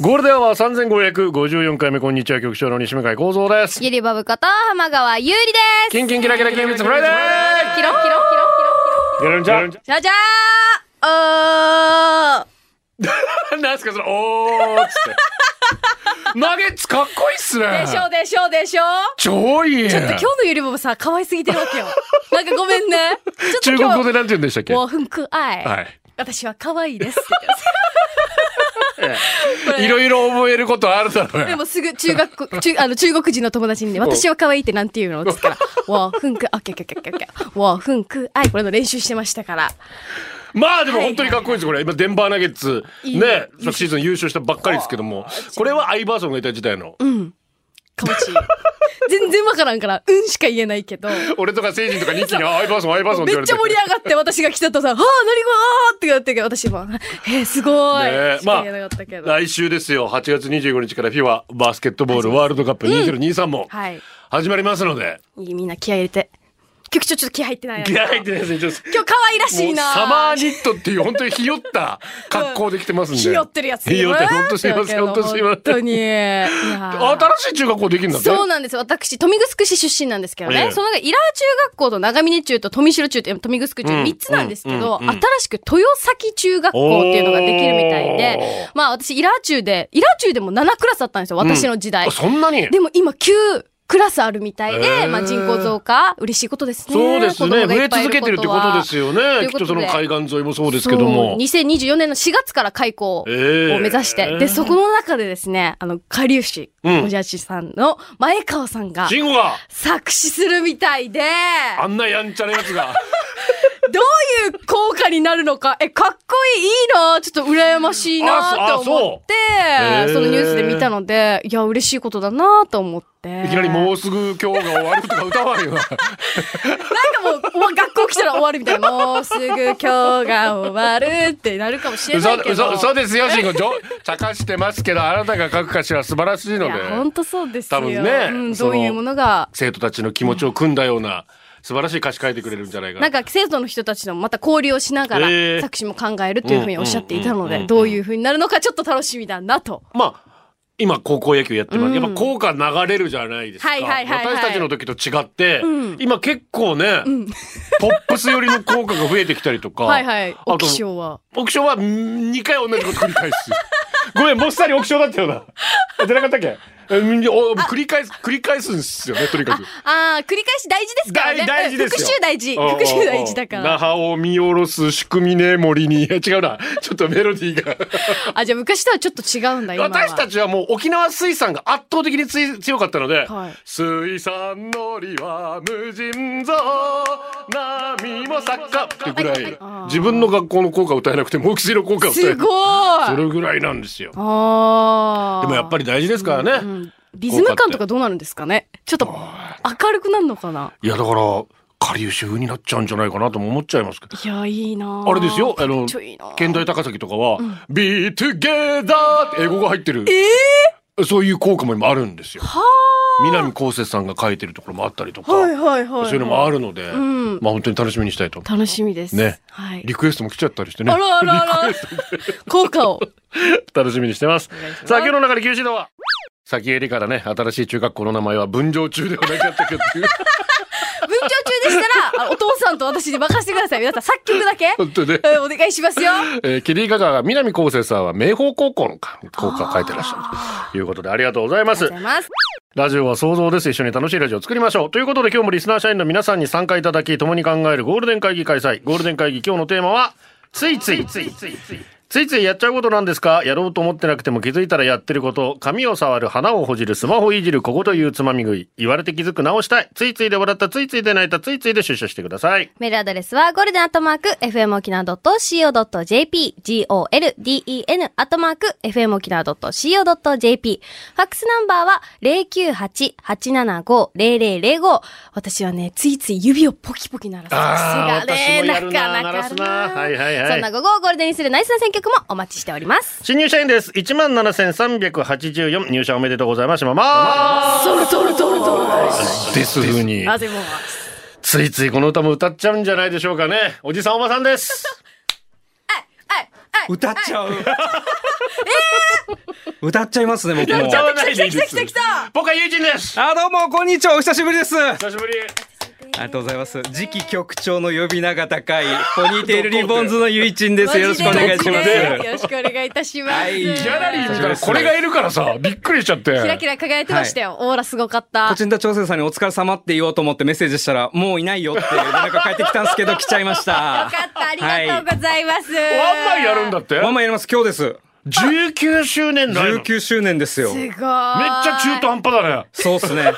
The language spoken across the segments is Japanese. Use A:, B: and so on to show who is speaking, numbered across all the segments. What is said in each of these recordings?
A: ゴールデンは三千五百五十四回目こんにちは局長の西向井光三です。
B: ゆりばぶこと浜川ゆうりです。
A: キンキンキラキラキンミツフライデ
B: キロキロキ
A: ー。や
B: ロキロ
A: るんちゃん。
B: キロ。じゃじゃー。おー。
A: なんすかそのおーっつって。ナゲッツかっこいいっすね
B: で。しょでしょでしょ。
A: 超いい。
B: ちょっと今日のゆりばぶさ可愛すぎてるわけよ。 なんかごめんね。ちょ
A: 中
B: っと
A: 国
B: 今
A: 語で
B: 日。
A: なんて言うんでしたっけ。
B: も
A: は
B: うふんくあい。
A: い。
B: 私は可愛いですって言 って
A: いろいろ覚えることあるだろう
B: ます。で
A: よ。
B: もすぐ中学校、中、あの中国人の友達にね、私は可愛いってなんて言うのって言ったら、わーふんく、あ、けけけけけ。わーふんくあい。これの練習してましたから。
A: まあでも本当にかっこいいですこれ。今デンバーナゲッツ
B: いい
A: ね昨シーズン優勝したばっかりですけども、これはアイバーソンがいた時代の。
B: かもしれん全然わからんから、うんしか言えないけど。
A: 俺とか成人とかニッキーにアイバーソンアイバーソンって言
B: め
A: わ
B: っ
A: れ
B: ち
A: て
B: ゃ。盛り上がって私が来たとさ「はあ何これあーってなってけど私も「えー、すごい」
A: ねえ
B: しか言えなかったけど、
A: 来週ですよ8月25日から FIBA バスケットボールワールドカップ2023も
B: はい
A: 始まりますので、
B: いいみんな気合い入れて局長ちょっと気合入ってないな
A: 気合入ってないですねちょっ
B: 今日可愛ら
A: と
B: しいな
A: もうサマーニットっていう本当にひよった格好で来てますんで、
B: ひよってるやつ
A: ひよって本当すいません
B: だ
A: 本
B: けど
A: 当すいま
B: 本
A: せ
B: 当
A: ん
B: にいやー
A: 新しい中学校できるんだって
B: そうなんですよ私豊見城市出身なんですけどね、
A: ええ
B: そのイラー中学校と長峰中と富城中と豊見城中
A: うん
B: 3つなんですけど、
A: うんうん
B: 新しく豊崎中学校っていうのができるみたいで
A: お
B: まあ私イラー中でイラー中でも7クラスあったんですよ私の時代、
A: あそんなに
B: でも今9クラスあるみたいで、
A: へー
B: まあ人口増加、嬉しいことですね。
A: そうです
B: 子供
A: ね
B: が
A: 増
B: い
A: え
B: ぱい
A: 続
B: い
A: けてるってことですよ
B: と
A: ね
B: い
A: き
B: う
A: っ
B: こと
A: と
B: で
A: その海岸沿いもそうです
B: こ
A: けど
B: とは
A: も
B: そう2024年の4月から開校を
A: えー
B: 目指して、で、そこの中でですね、あの、下流市、
A: うん
B: おじゃしさんの前川さんが
A: 慎吾が
B: 作詞するみたいで、
A: あんなやんちゃなやつが
B: どういう効果になるのか、え、かっこいいいいなちょっと羨ましいなと思って
A: あそうへー
B: そのニュースで見たので、いや、嬉しいことだなと思って。
A: いきなりもうすぐ今日が終わるとか歌わんよな
B: なんかもう、お学校来たら終わるみたいな。もうすぐ今日が終わるってなるかもしれな
A: 嘘
B: いけど。
A: 嘘嘘ですよ慎吾ちょ 茶化してますけどあなたが書く歌詞は素晴らしいの
B: い
A: で
B: や、本当そうですよ。
A: 多分ね
B: うん、
A: その
B: どういうものが。
A: 生徒たちの気持ちを組んだような素晴らしい歌詞書いてくれるんじゃないかな
B: なんか生徒の人たちのまた交流をしながら、
A: えー
B: 作詞も考えるというふうにおっしゃっていたの
A: うんうんうんう
B: で、
A: ん
B: どういうふうになるのかちょっと楽しみだなと。
A: まあ今高校野球やってます、
B: うん
A: やっぱ効果流れるじゃないですか、
B: はいはいはいはい
A: 私たちの時と違って、
B: うん
A: 今結構ね、ポップス寄りの効果が増えてきたりとか
B: はいはい。
A: と
B: お気象は。
A: オクションは2回同じこと繰り返す ごめんもっさりオクションだったよなあじゃなかったっけうんお繰り返す繰り返すんですよねとにかく。
B: ああ、繰り返し大事ですからね。
A: 大大事ですよ
B: 復習大事。復習大事だか
A: 那
B: ら。
A: 覇を見下ろす仕組みね森に。 いや違うな。ちょっとメロディーが。
B: あ、じゃあ昔とはちょっと違うん だ、今は。
A: 私たちはもう沖縄水産が圧倒的につい強かったので、
B: はい
A: 水産のりは無尽蔵、波も坂ってぐらい
B: あー、
A: 自分の学校の校歌を歌えなくても、沖の校歌を歌え
B: す
A: る。
B: ごい
A: それぐらいなんですよ。
B: ああ。
A: でもやっぱり大事ですからね。
B: うんリズム感とかどうなるんですかねちょっと明るくなるのかない
A: やだから、下流主婦になっちゃうんじゃないかなとも思っちゃいますけど。
B: いやいいな
A: あれですよ、あ
B: か
A: の
B: っちょいいな、
A: 県大高崎とかは、be together って英語が入ってる、そういう効果も今あるんですよ。南こうせつさんが書いてるところもあったりとか、
B: はいはいは
A: そ
B: い、
A: ういうのもあるので、
B: ん
A: まあ本当に楽しみにしたいと。
B: 楽しみです
A: ね
B: はい
A: リクエストも来ちゃったりしてね
B: あ、らあらあら効果を
A: 楽しみにしてます。さあ今日の中で休止だわ。先エリからね、新しい中学校の名前は分譲中ではなかったけ どっていう。
B: 文鳥中でしたらあお父さんと私に任せてください皆さん作曲 だけ、
A: 本当ね。
B: えーお願いしますよ
A: えー、キリカが南こうせつさんは明豊高校のか、校歌を書いてらっしゃるということでありがとうございま
B: ありがとう
A: す
B: ござ。います
A: ラジオは想像です。一緒に楽しいラジオを作りましょう。ということで今日もリスナー社員の皆さんに参加いただき、共に考えるゴールデン会議開催。ゴールデン会議今日のテーマは、ついつい。ついついやっちゃうことなんですかやろうと思ってなくても気づいたらやってること髪を触る花をほじるスマホいじるここというつまみ食い言われて気づく直したいついついで笑ったついついで泣いたついついで出社してください
B: メールアドレスはゴールデンアットマーク fmokina.co.jp golden アットマーク fmokina.co.jp ファックスナンバーは098-875-0005私はね、ついつい指をポキポキ鳴らす癖
A: あー
B: がね、
A: 私もやるな鳴
B: なかな
A: ら
B: か
A: す
B: な
A: なはいはいはい
B: そんな午後をゴールデンにするナイスな選曲もお待ちしております
A: 新入社員です1万7384入社おめでとうございますママ
B: それそれそれそ
A: ですふうに
B: れあ、でも、
A: ついついこの歌も歌っちゃうんじゃないでしょうかねおじさんおばさんです
B: あいあい
C: 歌っちゃう。 歌っちゃいますね、僕も。
A: 歌わないでいいです
B: 来た来た来た来た
A: 僕は友人です
C: あ、どうも、こんにちは。お久しぶりです。あ
A: 久しぶり
C: りがとうございます。次期局長の呼び名が 高い、ポニーテールリボンズのゆいちんです。よろしくお願いしま
B: マジ
C: す。
B: でよろしくお願いいたします。
C: はいギ
A: ギャラリー見たら
C: です
A: これがいるからさびっくりしちゃって
B: キラキラ輝いてましたよ。オーラすごかった
C: こ。ちんだ調整さんにお疲れ様って言おうと思ってメッセージしたら、もういないよって連絡が返ってきたんですけど、来ちゃいました。
B: よかった、ありがとうございます。
A: ワンマンやるんだって
C: ママやります。今日です。
A: 19周年だよめっち
C: 19周年ですよ。
B: すごい。めっち
A: ゃ中途半端だね
C: そうっす ね。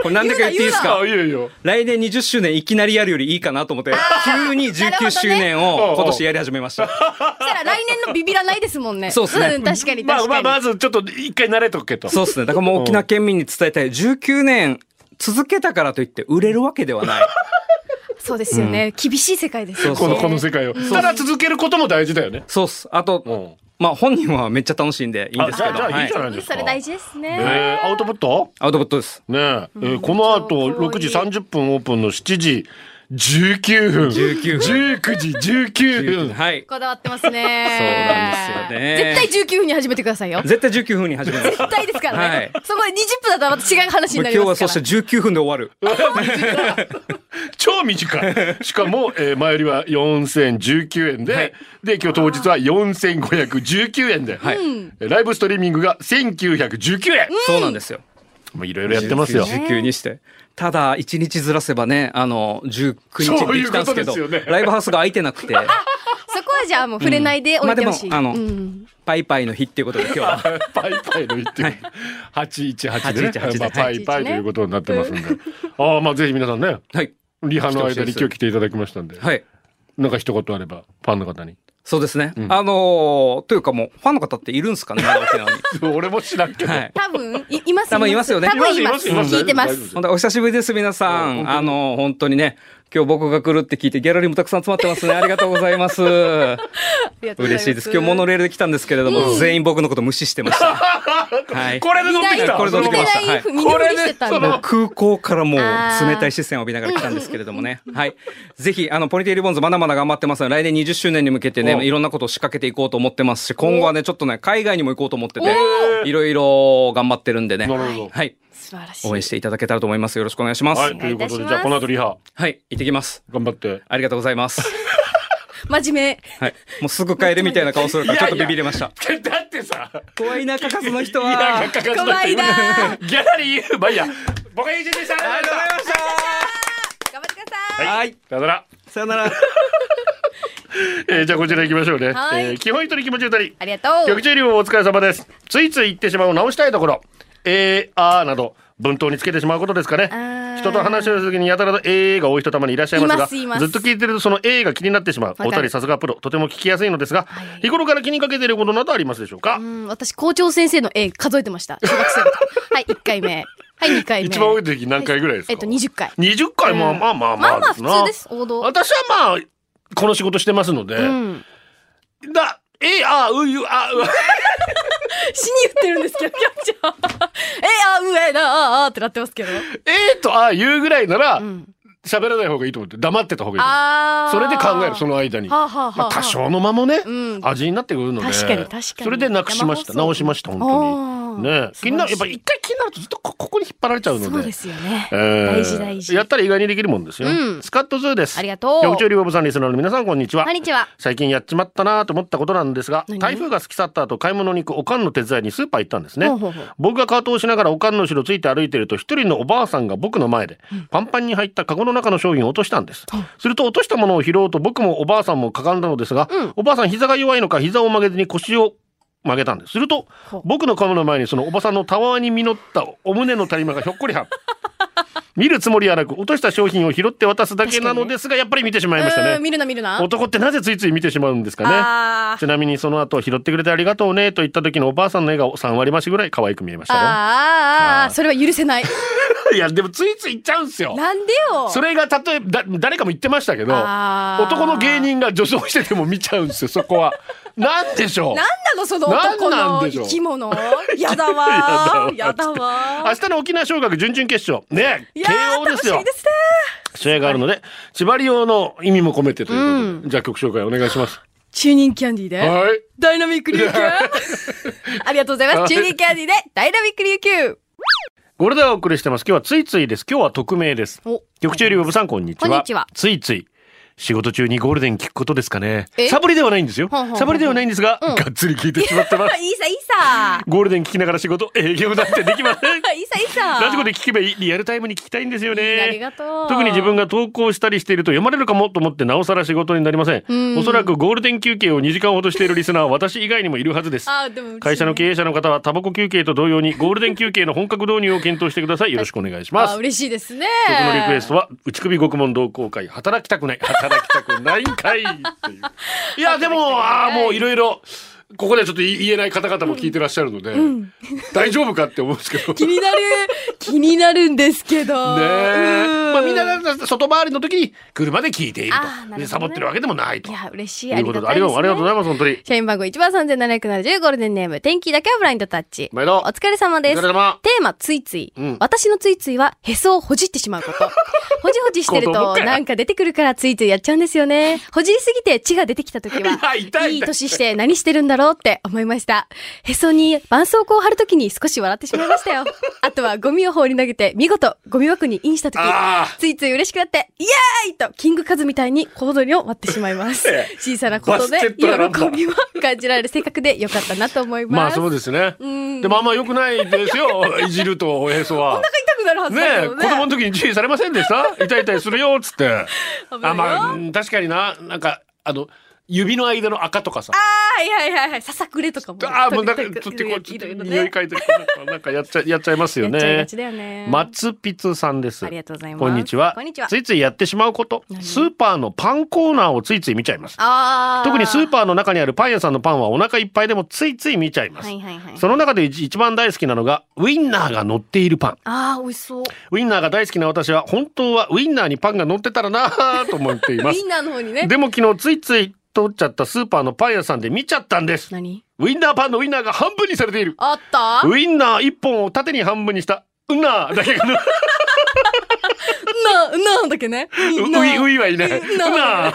C: これ何でか言っていいですか
A: あいいよいいよ
C: 来年20周年いきなりやるよりいいかなと思って、急に19周年を今年やり始めました。
B: したら来年のビビらないですもんね。
C: そうっすね
B: ん、確かに
A: まあ
B: 確
A: ま
B: か
A: あ
B: に。
A: まずちょっと一回慣れとけと
C: そうですね。だからもう沖縄県民に伝えたい。19年続けたからといって売れるわけでは ない。
B: そうですよね。厳しい世界ですよね。
A: このこの世界をただ続けることも大事だよね
C: そうっす。あと、
A: うん
C: まあ本人はめっちゃ楽しいんでいいん
A: あ
C: です
A: じ
C: け
A: ゃあ
C: ど。
A: じゃあいいじゃ
C: はい
A: ないです
B: そ
A: か
B: れ大事です
A: え
B: ね。
A: ーアウトプット
C: アウトプットです。
A: ねええーこの後
B: 超
A: 6
B: 遠い
A: 時30分オープンの7時19分
C: 19分
A: 19時19分
C: はい。
B: こだわってますね。
C: そうなんですよね
B: 絶対19分に始めてくださいよ。
C: 絶対19分に始め ます。
B: 絶対ですからね。
C: はい
B: そこで20分だとまた違う話に
C: 今
B: な
C: 日
B: りま
C: は
B: すか
C: そ
B: ら。
C: して19分で終わる。
A: 超短 いしかも、えー前売りは4019円で、
C: はい
A: で今日当日は4519円で、
C: い
A: えーライブストリーミングが1919円、
C: そうなんですよ。
A: もういろいろやってますよ
C: 19 19にして。ただ、1日ずらせばね、あの、19日にできたんですけど、
A: そういうことですよね
C: ライブハウスが空いてなくて、
B: そこはじゃあもう触れないで置いてほしい。
C: まあでもあの
B: うん
C: パイパイの日っていうことで今日 は。
A: パイパイの言ってる818でね
C: 818で
A: まあ、パイパイということになってますんで、ああまあぜひ皆さんね
C: はい。
A: リハの間に今日来ていただきましたんで、
C: はい。
A: なんか一言あればファンの方に
C: そうですね。あのーというかもう、ファンの方っているんですかね、まだ沖縄に。
A: 俺も知らんけど、
C: はい。
B: 多分、いいます
C: 多分いますよね
B: 多分います。
A: いますいます
B: 聞いてま
A: 大丈夫ですす。
C: ほんで、お久しぶりです、皆さん。あのー本当にね、今日僕が来るって聞いて、ギャラリーもたくさん詰まってますね。ありがとうござい ます。嬉しいです。今日モノレールで来たんですけれども、全員僕のこと無視してま した。はい。
A: これで乗ってきた
C: これ乗ってきました
B: 見ないふ
C: はい
B: 見ぬふりしてたん
C: も
B: だ
C: う。空港からもう
B: あー
C: 冷たい視線を浴びながら来たんですけれどもね。はい。ぜひ、あの、ポニテールボンズまだまだ頑張ってますので、来年20周年に向けて
A: お
C: ね、いろんなことを仕掛けていこうと思ってますし、今後はね、ちょっとね、海外にも行こうと思ってて、いろいろ頑張ってるんでね。
A: なるほど
C: はい。
B: 素晴らしい。
C: 応援していただけたらと思います。よろしくお願いします。
A: は
C: はいい。
A: ということで
B: お願いいたします
A: じゃあこの後リハ
C: 行ってきます。
A: 頑張って
C: ありがとうございます。
B: 真面
C: はい。もうすぐ帰るみたいな顔するから、ちょっとビビれました。
A: だってさ
C: 怖いな、かかすの人
A: いや
C: は。ありがとう
A: かか
B: 目。怖いなー。
A: ギャラリーまあいいや僕は友人でしたあり
C: ございまし
B: 頑張ってください。
C: た。はい。
A: さよなら
C: さよなら。
A: えーじゃあこちら行きましょうね、
B: はい
A: えー基本一人気持ち二人
B: ありがとう
A: 局。長流お疲れ様ですついつい言ってしまう直したいところえー、あーなど文頭につけてしまうことですかね
B: ー
A: 人と話をする時にやたらと「えー」が多い人たまにいらっしゃいますが
B: いますいます
A: ずっと聞いてるとその「えー」が気になってしまう
B: か
A: お
B: る
A: 二人さすがプロとても聞きやすいのですが、日頃から気にかけていることなどありますでしょうか、
B: うん、私校長先生の絵数えて ました。小学生の時はい、一回目。はい、二回目。
A: 一番多い時何回ぐらいですか
B: えっと、二十回。
A: 20回も
B: うん
A: まあまあま
B: ま
A: あ
B: あまあ
A: な
B: 普通です王道
A: 私はまあこの仕事してますので、
B: うん。
A: だえー、あーういうあーうあ
B: 死に言ってるんですけど、キャッチャー。え、あ、うえ、な、あ、あってなってますけど。
A: えーとあー言うぐらいなら
B: ん
A: 喋、らない方がいいと思って黙ってた方がいいと思う
B: あー
A: それで考えるそ。の間に、
B: はあはあはあ
A: まあ、多少の間もね、
B: うん
A: 味になってくるので
B: 確かに確かに
A: それでなくしました
B: 生放送
A: 直しました本当に
B: あ
A: ね気になる、やっぱ
B: り
A: 一回気になるとずっとこここに引っ張られちゃうので。
B: そうですよね。
A: えー
B: 大事大事
A: やったら意外にできるもんですよ。
B: うん
A: スカットズーです。
B: ありがとう
A: 局長リボブさんリスナーの皆さん、こんにちは。
B: こんにちは。
A: 最近やっちまったなと思ったことなんですが
B: 何
A: 台風が過ぎ去った後買い物に行くおかんの手伝いにスーパー行ったんですね
B: ほうほうほう
A: 僕がカートをしながらおかんの後ろついて歩いてると一人のおばあさんが僕の前でパンパンに入ったカゴの中の商品を落としたんです、すると落としたものを拾おうと僕もおばあさんもかかんだのですが、
B: うん
A: おばあさん膝が弱いのか膝を曲げずに腰を曲げたんですすると
B: ほう
A: 僕のカメの前にそのおばさんのたわわに実ったお胸の谷間がひょっこり はん見るつもりはなく落とした商品を拾って渡すだけなのですがやっぱり見てしまいましたね
B: うん見るな見るな。
A: 男ってなぜついつい見てしまうんですかね
B: あー
A: ちなみにその後拾ってくれてありがとうねと言った時のおばあさんの笑顔3割増しぐらい可愛く見えまし
B: あー
A: た
B: あーあーそれは許せ ない。
A: よいやでもついつい言っちゃうんすよ
B: なんでよ。
A: それが例えばだ誰かも言ってましたけど
B: あー
A: 男の芸人が女装してても見ちゃうんですよそこ はなんでしょう
B: なんなのその男
A: なんなん
B: の
A: でしょ
B: 生
A: う
B: き物。やだわー。やだわ
A: 明日の沖縄尚学準々決勝ね
B: ー。い
A: 慶
B: やー
A: 応です
B: 楽し
A: よ
B: みですね。
A: 試合があるので縛り用の意味も込めてということで、じゃあ曲紹介お願いします
B: 中人キャンディーで。
A: はい
B: ダイナミック琉球 ありがとうございます。中人キャンディーでダイナミック琉球
A: これではお送りしてます今日はついついです今日は匿名です
B: お
A: 局長よりブさん、こんにちは。
B: こんにちは
A: ついつい。仕事中にゴールデン聞くことですかね
B: え。
A: サボりではないんですよ
B: ほんほんほんほ。ん
A: サボりではないんですが、
B: うん
A: がっつり聞いてしまってます。
B: いいさいいさ
A: ゴールデン聞きながら仕事、営業なんてできませ ん。
B: いいさいいさ
A: ラジコで聞けばいい、リアルタイムに聞きたいんですよ
B: いいね
A: ね。
B: ありがとう
A: 特に自分が投稿したりしていると読まれるかもと思ってなおさら仕事になりません
B: うん
A: おそらくゴールデン休憩を2時間ほどしているリスナーは私以外にもいるはずです
B: あーでも嬉しいね
A: 会社の経営者の方はタバコ休憩と同様にゴールデン休憩の本格導入を検討してくださいよろしくお願いしま
B: あ
A: す
B: 嬉しいですね
A: 僕のリクエストは内首獄門同好会働きたくない働きたくないんかいっていういやでもああもういろいろここではちょっと言えない方々も聞いてらっしゃるので、大丈夫かって思うんですけど
B: 気になる気になるんですけど
A: ねえ
B: うん
A: まあみんなが外回りの時に車で聞いている
B: あーなるほど
A: と、
B: ね
A: サボってるわけでもないと
B: いや嬉しい
A: い
B: あ
A: う
B: り
A: こ
B: が
A: と
B: たいです、
A: で
B: ね、
A: ありがとうありがとうございます本当に
B: 社員番号1番3770ゴールデンネーム天気だけはブラインドタッチ
A: 毎度
B: お疲れ様
A: お
B: で
A: 疲
B: す
A: れ様
B: テーマついつい、
A: うん
B: 私のついついはへそをほじってしまうことほじほじしてる
A: 子供
B: と
A: かよ
B: なんか出てくるからついついやっちゃうんですよねほじりすぎて血が出てきた時
A: いや 痛
B: はい
A: 痛い
B: いい年して何してるんだろうって思いましたへそに絆創膏を貼るときに少し笑ってしまいましたよあとはゴミを放り投げて見事ゴミ箱にインした時
A: あー
B: ついつい嬉しくなってイエーイとキングカズみたいに小踊りを割ってしまいます小さなことで
A: バスケット
B: 喜
A: だなんだ
B: びを感じられる性格でよかったなと思い
A: ま
B: ま
A: あ
B: す
A: そうですね
B: ん
A: でもあんま良くないですよいじるとおへそは
B: 痛くなるはず
A: ね
B: だ
A: え
B: けど
A: 子
B: ね
A: 供の時に注意されませんでした痛い痛いするよっつって
B: 危
A: あ
B: ないよ
A: まあうん確かにななんかあの指の間の赤とかさ
B: はいはいはいはい。ささくれとかも。
A: ああもうなんか
B: とにかく
A: 取ってこうちょっ
B: い
A: と
B: ろいろね
A: 匂い嗅いでなんかなんかやっちゃやっちゃいますよ
B: やっちゃいが
A: ね
B: ちだよね。
A: 松ピツさんです
B: ありがとうございます。
A: こんにちは
B: こんにちは。
A: ついついやってしまうことスーパーのパンコーナーをついつい見ちゃいます
B: ああ。
A: 特にスーパーの中にあるパン屋さんのパンはお腹いっぱいでもついつい見ちゃいます、
B: はいはいはい。
A: その中で一一番大好きなのがウインナーが乗っているパン
B: ああ、美味しそう。
A: ウインナーが大好きな私は本当はウインナーにパンが乗ってたらなあと思っていま
B: ウイ
A: す
B: ンナーの方にね。
A: でも昨日ついつい通っちゃったスーパーのパン屋さんで見ちゃったんです
B: 何
A: ウインナーパンのウインナーが半分にされている
B: あった
A: ウインナー一本を縦に半分にしたウナーだけが乗って
B: な、なんだっけね。
A: う
B: みん
A: う、
B: ない
A: ういはいない。
B: うな
A: なあ。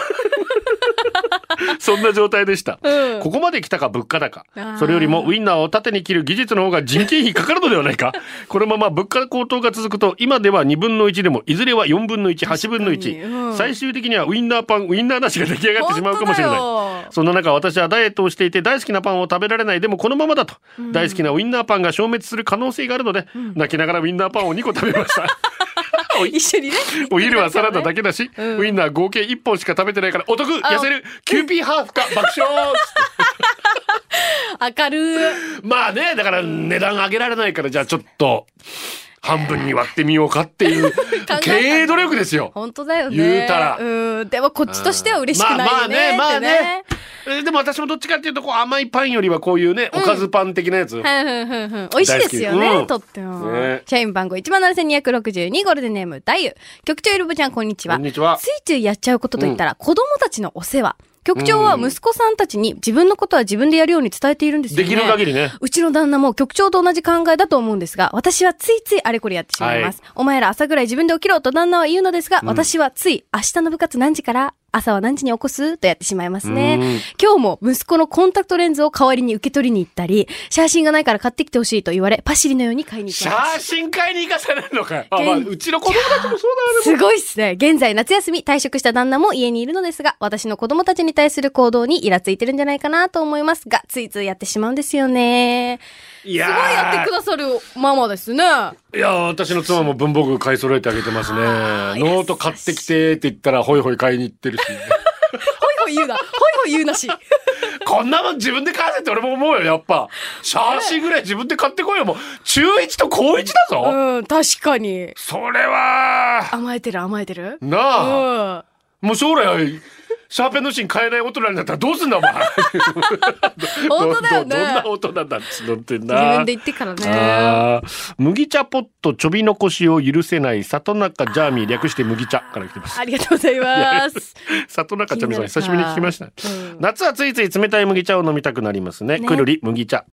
A: そんな状態でした。
B: うん
A: ここまで来たか物価高
B: あー。
A: それよりもウインナーを縦に切る技術の方が人件費かかるのではない か。このまま物価高騰が続くと、今では2分の1でも、いずれは4分の1、8分の
B: 確かにうん
A: 1。最終的にはウインナーパン、ウインナーなしが出来上がってしまうかもしれない。
B: 本
A: そんな中私はダイエットをしていて大好きなパンを食べられないでもこのままだと、大好きなウインナーパンが消滅する可能性があるので、泣きながらウインナーパンを2個食べました
B: 当だよ一緒にね。
A: お昼はサラダだ
B: け。
A: けだし、
B: ん
A: ウインナー合計1本しか食べてないからお得痩せるキューピーハーフか爆笑
B: 明るい。
A: まあねだから値段上げられないからじゃあちょっと半分に割ってみようかって いう
B: たんだ
A: 経営努力ですよ。
B: 本当だよね。
A: 言うたら
B: うん。でもこっちとしては嬉しくないよね。
A: まあまあねまあ
B: って
A: ね。えーでも私もどっちかっていうとこう甘いパンよりはこういうね、おかずパン的なやつ、
B: はいはいはいはい美味しいですよ
A: 大好
B: ね、
A: きうん
B: とっても、
A: ね
B: 社員番号17,262ゴールデンネーム、ダイユ。局長いるぶちゃん、こんにちは。
A: こんにちは
B: ついついやっちゃうことといったら、子供たちのお世話。局長は
A: うん
B: 息子さんたちに自分のことは自分でやるように伝えているんですよね。
A: できる限りね
B: うちの旦那も局長と同じ考えだと思うんですが、私はついついあれこれやってしまいます。お前ら朝ぐらい自分で起きろと旦那は言うのですが、私はつい明日の部活何時から朝は何時に起こすとやってしまいます
A: う
B: ね
A: ん。
B: 今日も息子のコンタクトレンズを代わりに受け取りに行ったり、写真がないから買ってきてほしいと言われ、パシリのように買いに行き
A: 写
B: ました。
A: 真会に行かされるのかよ。あ、
B: 現
A: まあ、うちの子供たちもそうだよね。
B: すごいっすね。現在夏休み退職した旦那も家にいるのですが、私の子供たちに対する行動にイラついてるんじゃないかなと思いますが、ついついやってしまうんですよね。
A: い
B: すごいやってくださるママですね。
A: いやー私の妻も文房具買い揃えてあげてますね。ノート買ってきてって言ったらホイホイ買いに行ってるし。
B: ほいほい言うな。ほいほい言うなし。
A: こんなもん自分で買わせって俺も思うよ、やっぱ。写真ぐらい自分で買ってこいよ、もう。中1と高1だぞ、
B: うん、確かに。
A: それは、
B: 甘えてる甘えてる。
A: な
B: う
A: あ、
B: ん。
A: もう将来、シャーペンの芯買えない大人になったらどうすんだ、お前。
B: 本当だ
A: どどど
B: よ
A: んな
B: ね。
A: 大人なんつのってんな。
B: 自分で言ってからね。
A: あー麦茶ポットちょび残しを許せない里中ジャーミー略して麦茶から来てます
B: ありがとうございます。
A: 里中ちゃみさん久しぶりに聞きました、
B: うん
A: 夏はついつい冷たい麦茶を飲みたくなりますね
B: ね
A: くるり麦茶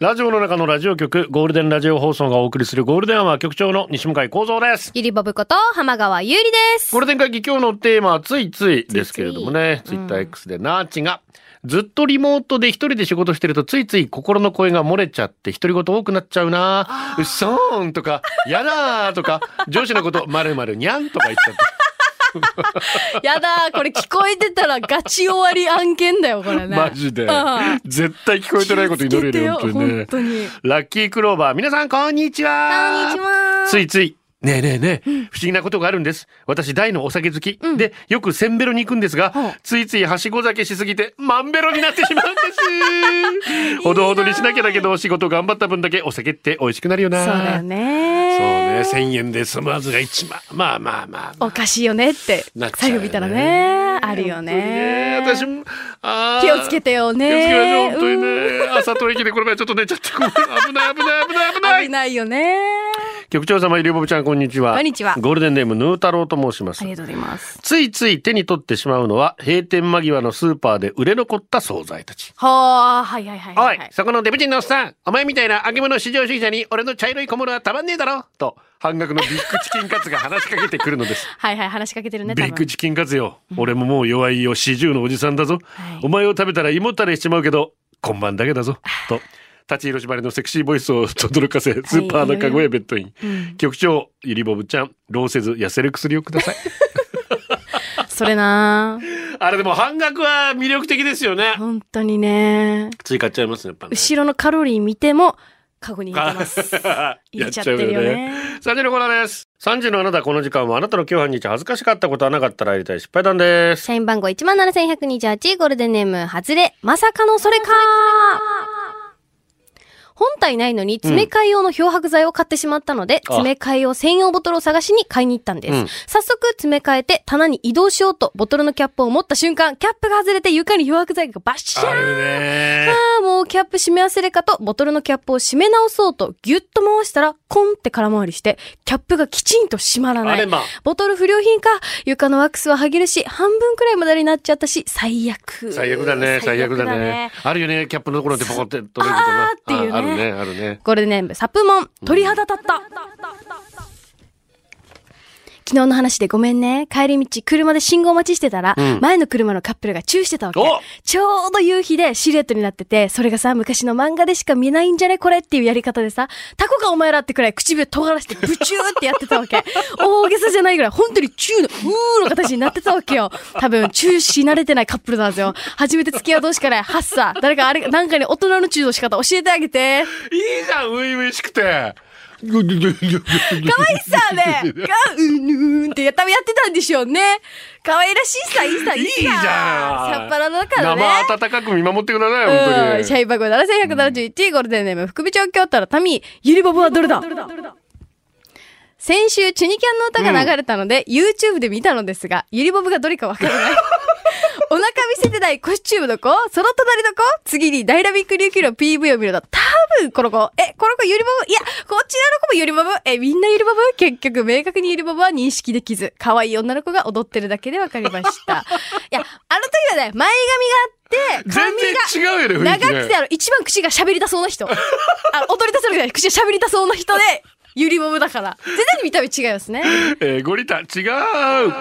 A: ラジオの中のラジオ局ゴールデンラジオ放送がお送りするゴールデンアワー局長の西向井光三です
B: ゆりぼぶこと浜川ゆうりです。
A: ゴールデン会議今日のテーマはついついですけれどもねツイッター X でナーチがずっとリモートで一人で仕事してるとついつい心の声が漏れちゃって独り言多くなっちゃうなうっそーんとかやだーとか上司のことまるまるにゃんとか言っちゃって
B: やだー、これ聞こえてたらガチ終わり案件だよ、これね。
A: マジで
B: うん
A: 絶対聞こえてないこと祈れるよ
B: 気
A: 本
B: をつ
A: 当
B: けて
A: に
B: よ
A: ね
B: 本当に。
A: ラッキークローバー皆さんこんにちは
B: こんにちは
A: ついついねえねえねえ、不思議なことがあるんです。私、大のお酒好き、で、よくせんべろに行くんですが、
B: うん
A: ついついはしご酒しすぎて、まんべろになってしまうんで す。ほどほどにしなきゃだけど、仕事頑張った分だけお酒って美味しくなるよな。
B: そうだよ
A: そう
B: ね
A: ね。。1000円で済むはずが1万。まあまあまあ。
B: おかしいよねって
A: なっ、ちゃう
B: 最
A: よね
B: 後見たらね、あるよね。
A: 本当にね私も、あー
B: 気をつけてよね。
A: 気をつけましょう本当に
B: うん
A: ね。朝と駅でこの前ちょっと寝ちゃって、ごめん危ない危ない危ない危ない
B: 危。ないよね。
A: 局長様、ゆりぼぶちゃん、こんにちは。
B: こんにちは
A: ゴールデンネーム、ヌー太郎と申します
B: あり。がとうございます。
A: ついつい手に取ってしまうのは、閉店間際のスーパーで売れ残った惣菜たち。
B: はあ、はいはいはい
A: お
B: はいいはい。、
A: そこのデブ人のおっさん、お前みたいな揚げ物至上主義者に俺の茶色い小物はたまんねえだろと、半額のビッグチキンカツが話しかけてくるの です。
B: はいはい、話しかけてるね、
A: ビ
B: 多
A: ッグ
B: 分。
A: チキンカツよ。俺ももう弱いよ、四十のおじさんだぞ。
B: はい
A: お前を食べたら胃もたれしちまうけど、今晩だけだぞ。と、立ち色縛りのセクシーボイスを轟かせ、スーパーのカゴやベッドイン。局長、ゆりぼぶちゃん、老せず痩せる薬をください。
B: それな
A: あれでも半額は魅力的ですよね。
B: 本当にね。
A: つい買っちゃいますね、やっぱね。
B: 後ろのカロリー見ても、カゴに入れ てます。入れちゃってるよ
A: やっちゃうよ
B: ね。
A: 3時のコーナーです。3時のあなた、この時間はあなたの今日半日恥ずかしかったことはなかったらやりたい失敗談です。
B: 社員番号17,128ゴールデンネーム外れまさかのそれか本体ないのに詰め替え用の漂白剤を買ってしまったので、
A: あ
B: 詰め替え用専用ボトルを探しに買いに行ったんです、
A: うん
B: 早速詰め替えて棚に移動しようとボトルのキャップを持った瞬間キャップが外れて床に漂白剤がバッシャーン
A: るね
B: あーもうキャップ閉め忘れかと、ボトルのキャップを閉め直そうと、ギュッと回したら、コンって空回りして、キャップがきちんと閉まら
A: あ
B: な
A: れ
B: い。
A: まあ
B: ボトル不良品か、床のワックスは剥げるし、半分くらいまでになっちゃったし、最悪。
A: 最悪だね、最悪だね。あるよね、キャップのところでポコって取れることな
B: あーっていうね
A: ああるね、あるね。
B: これで全部サプモン、鳥肌立った。昨日の話でごめんね。帰り道、車で信号待ちしてたら、
A: ん
B: 前の車のカップルがチューしてたわけ
A: お。
B: ちょうど夕日でシルエットになってて、それがさ、昔の漫画でしか見ないんじゃねこれっていうやり方でさ、タコかお前らってくらい唇尖らしてブチューってやってたわ け。大げさじゃないぐらい、本当にチューの、うーの形になってたわけよ。多分、チューし慣れてないカップルなんですよ。初めて付き合う同士から、はっさ、誰かあれ、なんかに大人のチューの仕方教えてあげて。
A: いいじゃん、初々しくて。かわい
B: さあ ね、がうんうんってや多分やってたんでしょうね。可愛らしいさ、いいさ、いいさ。
A: いいじゃん
B: さっぱらだからね。
A: 生温かく見守ってください、本当
B: う
A: に
B: ん、。シャイバーゴ7171、ゴールデンネーム、副部長京太郎、タミー、ゆりぼぼはどれだ先週、チュニキャンの歌が流れたので、YouTube で見たのですが、ゆりぼぼがどれかわから ない。お腹見せてないコスチュームの子その隣の子次にダイナミック琉球の PV を見ると、多分この子。え、この子ゆりぼぼいや、こちらの子もゆりぼぼえ、みんなゆりぼぼ結局、明確にゆりぼぼは認識できず、可愛い女の子が踊ってるだけでわかりま した。いや、あの時はね、前髪があって、
A: 全
B: 髪が
A: 然違うよね、雰囲気
B: 長くて
A: ね。
B: あの一番口が喋りたそう な人あの踊り出せるぐらい口が喋りたそうな人でゆりもむだから全然見た目違いますね
A: えー、ゴリタ、違う。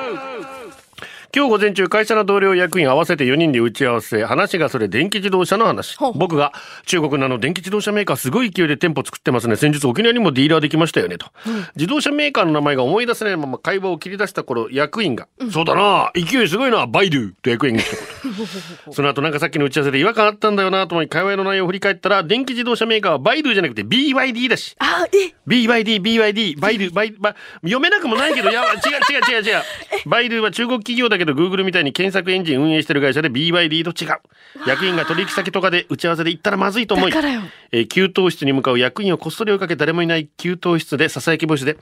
A: 今日午前中会社の同僚役員合わせて4人で打ち合わせ話がそれ電気自動車の話
B: ほう
A: 僕が中国のあの電気自動車メーカーすごい勢いで店舗作ってますね先日沖縄にもディーラーできましたよねと、自動車メーカーの名前が思い出せないまま会話を切り出した頃役員が「そうだな勢いすごいなバイドゥ」と役員が一 言その後なんかさっきの打ち合わせで違和感あったんだよなと思い会話の内容を振り返ったら電気自動車メーカーはバイドゥじゃなくて BYD だし
B: あ、え、
A: BYD、BYD、バイル、バイ、ば、読めなくもないけど、いや、違う違う違う違う。バイルは中国企業だけど、Google みたいに検索エンジン運営してる会社で BYD と違う。役員が取引先とかで打ち合わせで行ったらまずいと思い、
B: だからよ
A: えー給湯室に向かう役員をこっそり追いかけ誰もいない給湯室で、ささやき防止で、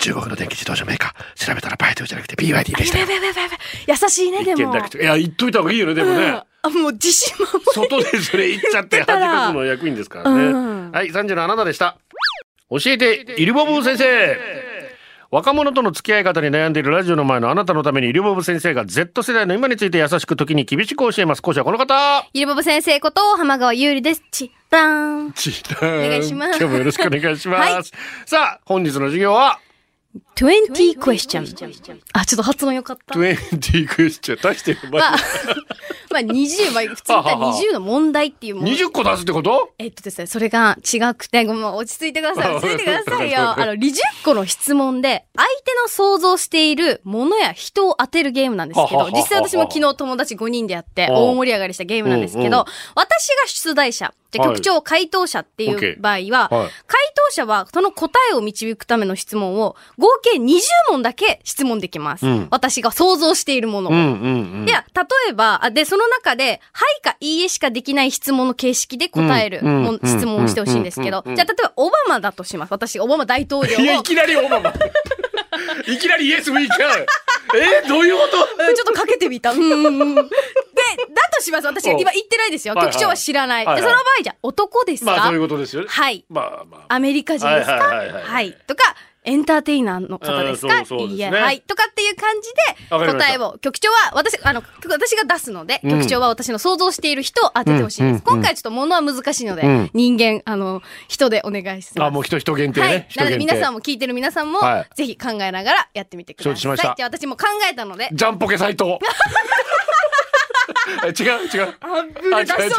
A: 中国の電気自動車メーカー、調べたらバイドじゃなくて BYD でした
B: や
A: よ。
B: べやべやべやべ。優しいね、で
A: 一件
B: も。
A: だけいや、言っといた方がいいよね、でもね。
B: あ、もう自信満々。
A: 外でそれ言っちゃって
B: 言ってた
A: 恥
B: ら
A: かくの役員ですからね、
B: うん
A: はい3時のあなたでした教えてイルボブ先生若者との付き合い方に悩んでいるラジオの前のあなたのためにイルボブ先生が Z 世代の今について優しく時に厳しく教えます講師はこの方
B: ゆりぼぶ先生こと、浜川ゆうりです。ち、らーん。
A: お
B: 願いしま す
A: 今日もよろしくお願いします、
B: はい
A: さあ本日の授業は
B: 20 question。あ、ちょっと発音よかった。
A: 20クエスチョン出してる
B: まあ、まあ20、まあ普通に言ったら20の問題っていうもん。
A: 20個出すってこと
B: えっとですね、それが違くて、ごめん、落ち着いてくだ さい。落ち着いてくださいよ。あの、20個の質問で、相手の想像しているものや人を当てるゲームなんですけ
A: は
B: ど
A: はは、は
B: 実際私も昨日友達5人でやって、
A: うん
B: 大盛り上がりしたゲームなんですけ
A: うんう
B: ど、私が出題者、で
A: はい
B: 局長回答者ってい
A: OK
B: う場合は、
A: はい
B: 回答者はその答えを導くための質問を、合計20問だけ質問できます
A: うん。
B: 私が想像しているものを
A: うん。うんうん
B: で、例えば、あで、その中で、はいかいいえしかできない質問の形式で答える、
A: うん
B: もん
A: うん
B: 質問をしてほしいんですけど、じゃあ、例えば、オバマだとします。私がオバマ大統領
A: い
B: を、うんち
A: や
B: ょ
A: いきなりオバマいきなりイエスウィーカンえー、どういうこと
B: っとかけてみた。うんうんうんで、だとします。私が今言ってないですよ。
A: はいはい
B: 局長は知らない。
A: はいはい
B: で、その場合、じゃあ、男ですか、
A: まあそういうことですよね。
B: はい。
A: まあまあ。
B: アメリカ人ですか
A: はいは
B: はい
A: はい
B: い
A: はい
B: とか、エンターテイナーの方です
A: う
B: か
A: んそうそうですね
B: いいえ、はい。とかっていう感
A: わか
B: じ
A: り
B: で、
A: ました
B: 答えを、局長は、私、あの、私が出すので、
A: うん
B: 局長は私の想像している人を当ててほしいです。今回ちょっと物は難しいので、
A: うん
B: 人間、あの、人でお願いします。
A: あ、もう人人限定ね。
B: はい。
A: 人
B: なの
A: 限定
B: で皆さんも聞いてる皆さんも、
A: はい
B: ぜひ考えながらやってみてください。
A: 承知しました
B: じゃあ私も考えたので、
A: ジャンポケ斎藤。あ違う違う。
B: あぶね出しそうだなちょっと触れて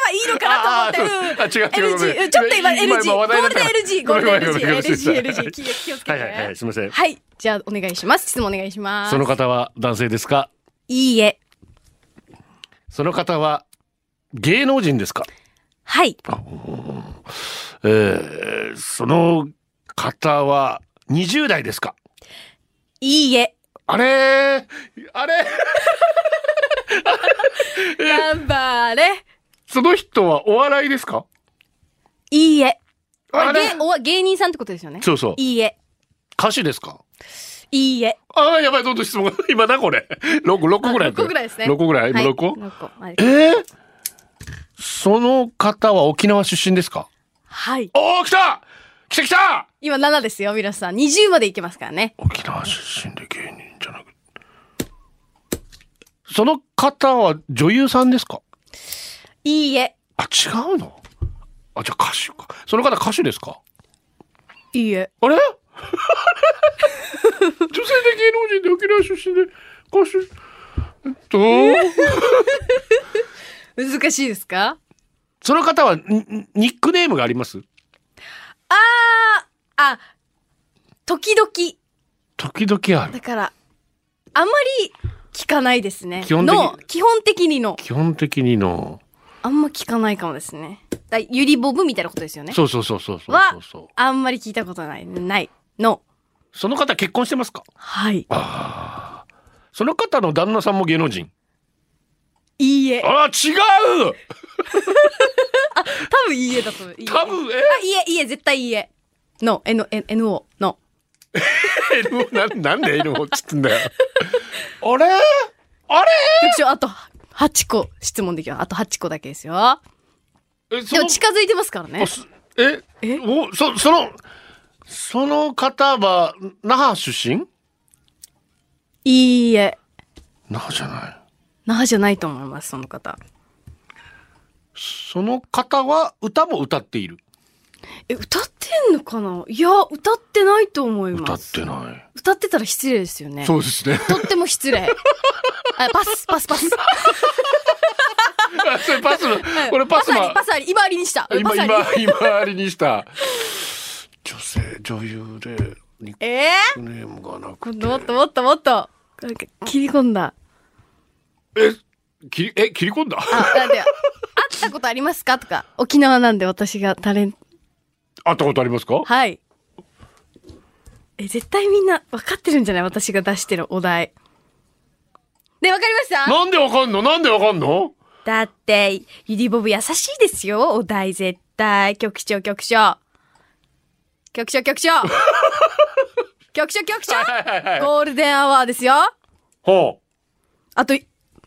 B: はいいのかなと思
A: あ
B: っ
A: あ
B: て
A: そうあ違う違う
B: うん
A: ごめん
B: LG ちょっと今 LG
A: 今今
B: ゴ
A: 話題にな
B: ー
A: っ
B: ル
A: た
B: デン LG ゴールデン
A: ごめんごめんごめん
B: LG
A: ごめん
B: LG 気を気をつけ
A: は
B: て
A: いはいはい、
B: ね
A: すみません。
B: はいじゃあお願いします質問お願いします
A: その方は男性ですか。
B: いいえ
A: その方は芸能人ですか。
B: はい
A: えー、その方は20代ですか。
B: いいえ
A: あれーあれー
B: 頑張れ
A: その人はお笑いですか。
B: いいえ
A: あれ
B: 芸お芸人さんってことですよね
A: そうそう。
B: いいえ
A: 歌手ですか。
B: いいえ
A: ああやばいどんどん質問が 今なこれ六六個ぐらい
B: あ六個ぐらいですね
A: 六個ぐらい今
B: はい
A: 六個、
B: 六個はい
A: えーその方は沖縄出身ですか
B: はい
A: おお来た来た来た
B: 今7ですよ皆さん20までいけますからね
A: 沖縄出身で芸人じゃなくその方は女優さんですか
B: いいえ
A: あ違うのあじゃあ歌手かその方歌手ですか
B: いいえ
A: あれ あれ女性で芸能人で沖縄出身で歌手えっと、
B: 難しいですか
A: その方はんんニックネームがあります
B: あ時々
A: 時々ある
B: だから、あまり聞かないですね。
A: 基本的に
B: の、基
A: 基本
B: 本的にの、
A: 的にの
B: あんま聞かないかもですね。だゆりぼぶみたいなことですよね。
A: そうそうそうそうそう
B: は
A: そうそう
B: あんまり聞いたことない。ない。の。
A: その方結婚してますか
B: はい。
A: その方の旦那さんも芸能人
B: いいえ。
A: あら違う
B: 多分いいえだと思う。いいえ
A: 多分
B: あ、いいえ、いいえ、絶対いいえ。の、えの、え、えの、の。
A: え N ななんで N をつってんだよあれあ
B: 局長、あと、8個質問できます。あと8個だけですよ。
A: れえそ
B: で
A: の
B: も近づいてますからね
A: あ。すえ
B: え
A: おそそのその方は那覇出身
B: いいえ。
A: 那覇じゃない
B: 那覇じゃないと思います、その方。
A: その方は歌も歌っている
B: え、歌ってんのかないや、歌ってないと思い
A: 歌
B: ま
A: っ
B: す。
A: てない。
B: 歌ってたら失礼ですよね。
A: そうですね。
B: とっても失礼。あ、パス、パス、パス。
A: それパス、俺パス
B: パスあ
A: マ
B: り、パスあり、今ありにした。うん
A: 今
B: パスあり。
A: 今今ありにした女性女優でニッ
B: ええ
A: クネームがな
B: 今
A: くて
B: 度もっともっともっと。なんか切り込んだ。
A: 切りえ切り込んだ
B: あ、だ って、会ったことありますかとか。沖縄なんで私がタレント。
A: 会ったことありますか
B: はい。え、絶対みんな分かってるんじゃない私が出してるお題。で、分かりました
A: なんでわかんのなんでわかんの
B: だって、ゆりぼぶ優しいですよ、お題絶対。局長、局長。局 長、局長。局長、局長。
A: はいはいはい
B: ゴールデンアワーですよ。
A: ほ
B: あと、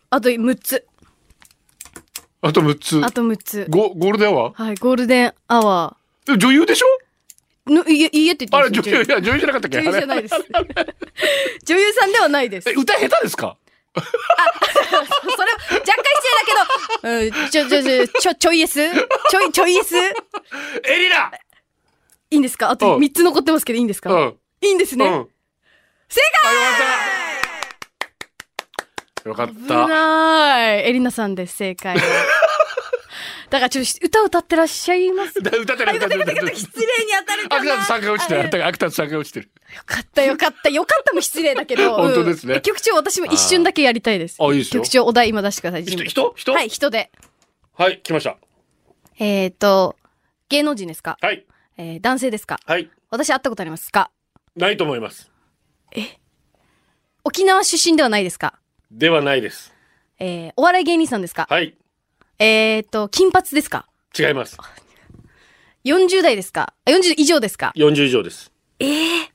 B: あと6つ。
A: うあと6つ
B: あと6つ。
A: ゴゴールデンは
B: はい、ゴールデンアワ
A: でも女優でしょ
B: ー。の、いえ、いいえって言
A: あ
B: っ
A: れ
B: て
A: 女
B: ま
A: 優
B: し
A: いや女優じゃなかったったけ
B: 女優女優じゃないです。女優さんではないです。
A: あ
B: そ
A: れえ歌下手ですか
B: れは若干失礼だけど、うん、ちょ、ちょ、ちょ、ちょ、ちょい S? ちょい、ちょい S?
A: エリナ
B: いいんですかあと3つ残ってますけどいいんです
A: うんうん
B: かいいんですね。正
A: 解よかったよ
B: 危
A: かった
B: ない。エリナさんです、正解は。だからちょっと歌歌ってらっしゃいます。
A: だ歌ってない歌ってない歌ってない
B: 失礼に当たれ
A: ア
B: た
A: ク
B: な。
A: ターズさんが落ちて
B: あ
A: る
B: よ
A: アクターズさんが落ちてる
B: かった よかった。よかったも失礼だけど。
A: 本当ですね
B: うん局長、私も一瞬だけやりたいです。
A: あいいですよ
B: 局長、お題今出してください。人
A: 人人
B: 物
A: 人
B: はい、人で。
A: はい来ました
B: えっ、ー、と、芸能人ですか、
A: はい
B: えー男性ですか
A: はい
B: 私会ったことありますか
A: ないと思います
B: 沖縄出身ではないですか
A: ではないです
B: えーお笑い芸人さんですか、
A: はい
B: えっ、ー、と、金髪ですか
A: 違います
B: ?40 代ですかあ ?40 以上ですか
A: 40以上です
B: えっ、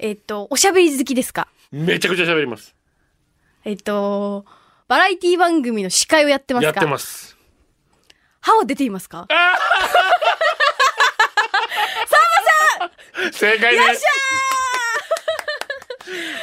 B: ー、と、おしゃべり好きですか
A: めちゃくちゃ喋ります
B: えっと、バラエティ番組の司会をやってますか。
A: やってますす
B: 歯は出ていますか
A: 正解です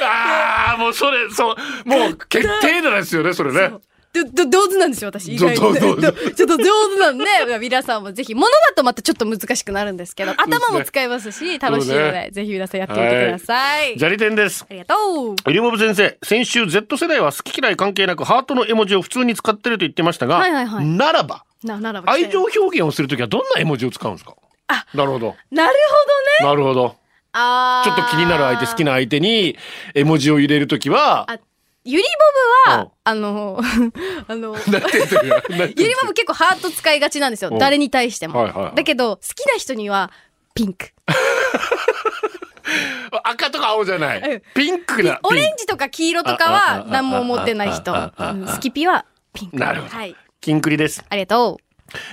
A: ああもうそれそうもう決定打ですよねそれね
B: ど、ど、上手なんですよ、私。意
A: ど
B: 外
A: どど
B: と。ど ちょっと上手なんで、皆さんもぜひ、物だとまたちょっと難しくなるんですけど、頭も使えますし、楽しい
A: そ
B: の
A: う
B: で
A: ね、
B: ぜひ皆さんやってみてください。
A: 砂利店です
B: ありがと
A: イリボブ先生先週 Z 世代は好き嫌い関係なくハートの絵文字を普通に使ってると言ってましたが、
B: はいはいはい
A: ならば
B: う。な、ならば。
A: 愛情表現をするときはどんな絵文字を使うんですか
B: あ
A: なるほど
B: なるほどね。
A: なるほど
B: あー
A: ちょっと気になる相手好き。な相手に絵文字を入れるときは
B: あゆり
A: う
B: ぼぶ
A: ん
B: は、あの、 あの、
A: なってんだよなってんだ
B: ゆ
A: よ
B: りマム結構ハート使いがちなんですよ
A: うん。
B: 誰に対しても。
A: はいはいはい
B: だけど、好きな人には、ピンク。
A: 赤とか青じゃな
B: う
A: い
B: ん
A: ピンクだ
B: オレン
A: ジ
B: ジとか黄色と
A: あ
B: か
A: あああ
B: は何も思ってない人。う
A: ああああ
B: んスキピはピンク。
A: なるほど
B: はい。
A: キンクリです
B: ありがとう。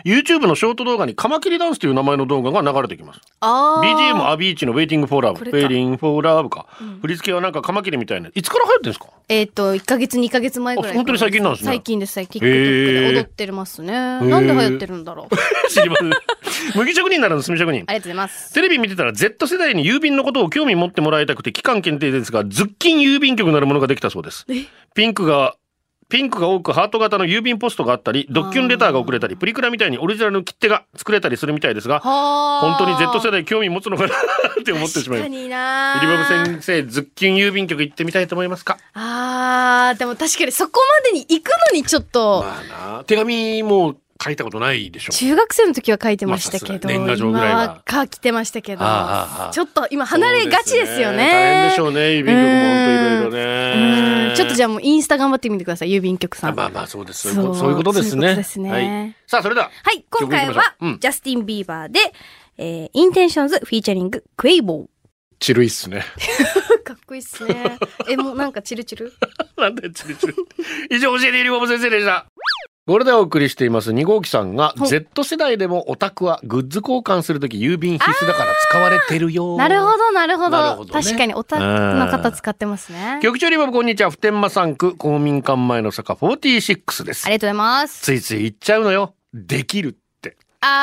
A: YouTube のショート動画にカマキリダンスという名前の動画が流れてきます
B: あー
A: BGM アビーチのウェイティングフォーラブウ
B: これか
A: ェイティングフォーラブか、振り付けはなんかカマキリみたいないつから流行ってん ですか
B: えっ、と、1ヶ月、2ヶ月前ぐらい。
A: あ本当に最近なんですね
B: 最近です、最近。TikTok で踊ってますね。なんで流行ってるんだろう。
A: 知りません麦職人ならの炭職人
B: ありがとうござ います。
A: テレビ見てたら Z 世代に郵便のことを興味持ってもらいたくて期間限定ですがズッキン郵便局なるものができたそうですピンクがピンクが多くハート型の郵便ポストがあったりドッキュンレターが送れたりプリクラみたいにオリジナルの切手が作れたりするみたいですが
B: は
A: 本当に Z 世
B: 代
A: 代興味持つのかなって思ってしまい
B: 確か
A: ます
B: にな
A: イリバブ先生ズッキン郵便局行ってみたいと思いますか
B: あー、でも確かにそこまでに行くのにちょっと、
A: まあなあ手紙も書いたことないでしょ
B: 中学生の時は書いてましたけど、
A: まあさすがに年賀状ぐ
B: 今
A: らいは
B: は書きてましたけど
A: ああああああ、
B: ちょっと今離れがちですよね。
A: 大変でしょうね郵便局も本当いろいうろ
B: ん
A: ね
B: ちょっとじゃあもうインスタ頑張ってみてください、郵便局さ
A: あ
B: ん。
A: まあまあそうですそういう
B: そう
A: ことそういうことですね
B: そういうことですね
A: はい、さあそれでは
D: はい、今回
A: 曲いきまし
D: は
A: ょううん、
D: ジャスティン・ビーバーで、えー、インテンションズフィーチャリング、クエイボー。
A: チルいっすね
B: かっこいいっすね。 え、もうなんかチルチル。
A: なんでチルチル以上教えてゆりぼぶ先生でしたこれでお送りしています2号機さんが Z 世代でもオタクはグッズ交換するとき郵便必須だから使われてるよ
B: なるほど、なるほ
A: なる
B: ど。
A: ほどね
B: 確かにオタクの方使ってますね。ありがとう
A: 局長リボブこんにちは普天間産区公民館前の坂46です
B: ございます。
A: ついつい言っちゃうのよできるって
B: あ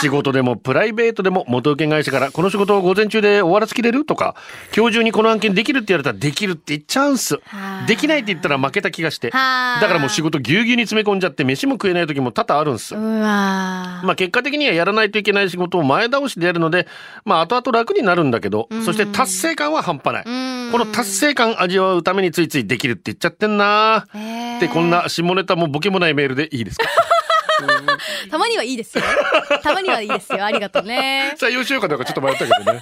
A: 仕事でもプライベートでも元請け会社からこの仕事を午前中で終わらせきれるとか今日中にこの案件できるって言われたらできるって言っちゃうんす
B: はあ
A: できないって言ったら負けた気がしてだ
B: はあ
A: からもう仕事ぎゅうぎゅうに詰め込んじゃって飯も食えない時も多々あるんす
B: ーうわー
A: まあ結果的にはやらないといけない仕事を前倒しでやるので、まあ後々楽になるんだけど、そして達成感は半端
B: う
A: なんい。この達成感味わうためについついできるって言っちゃってんな
B: えー
A: で、こんな下ネタもボケもないメールでいいですか
B: たまにはいいです よたまにはいいですよありがとうね
A: 採用しようかどうかちょっと迷ったけど ね。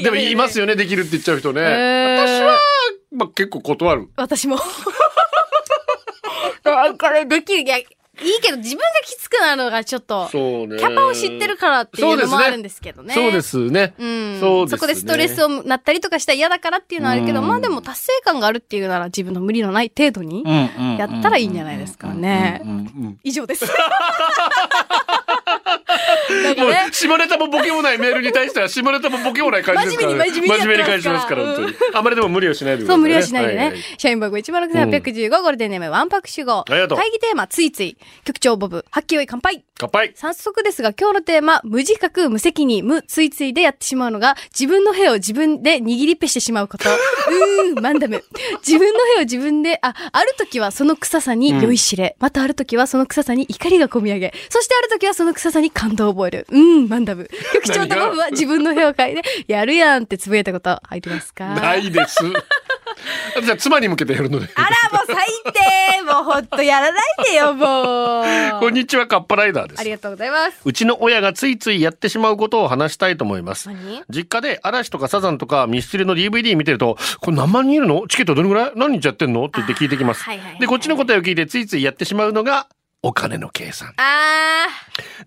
A: でもいますよね、できるって言っちゃう人ね。
B: えー
A: 私は、まあ結構断る。
B: 私 もだからできるいやいいけど自分がきつくなるのがちょっと
A: そうね。
B: キャパを知ってるからっていうのもあるんですけどね
A: そうですね。
B: うん、
A: そうですね
B: こでストレスをなったりとかしたら嫌だからっていうのはあるけど、まあでも達成感があるっていうなら自分の無理のない程度にやったらいいんじゃないですかね。以上 です。な
A: も
B: んか
A: う
B: ね、
A: 下ネタもボケもないメールに対しては下ネタもボケもない感じですから、ね、
B: 真面目に真面目にやっ
A: 真面目に返
B: てます
A: しますから、本当に。あまりでも無理をしないでくだ
B: そ
A: さい
B: う
A: ね
B: 無理はしないでね。
A: はは
B: 社員番号106,815、ゴールデンネームワンパク集合。
A: りがとう
B: 会議テーマついつい。局長ボブ、発揮よい乾杯。
A: 乾杯
B: 早速ですが、今日のテーマ、無自覚、無責任、無ついついでやってしまうのが、自分の部屋を自分で握りっぺしてしまうこと。うーん、マンダム。自分の部屋を自分で、あ、ある時はその臭さに酔いしれ、またある時はその臭さに怒りがこみ上げ、そしてある時はその臭さに感動を覚える。うーん、マンダム。局長とボブは自分の部屋を変えて、やるやんってつぶやいたこと、ありますか
A: ないです。あじゃあ妻に向けてやるので。
B: あら、もう最低もうほんとやらないでよ、もう。
A: こんにちは、カッパライダーで
B: あり
A: す。
B: がとうございます。
A: うちの親がついついやってしまうことを話したいと思います。
B: 何
A: 実家で嵐とかサザンとかミスチルの DVD 見てると、これ何万人いるのチケットどれぐらい何日やってんのって言って聞いてきます
B: あーはいはいはいは。い
A: で、こっちの答えを聞いてついついやってしまうのが、お金の計算。
B: あ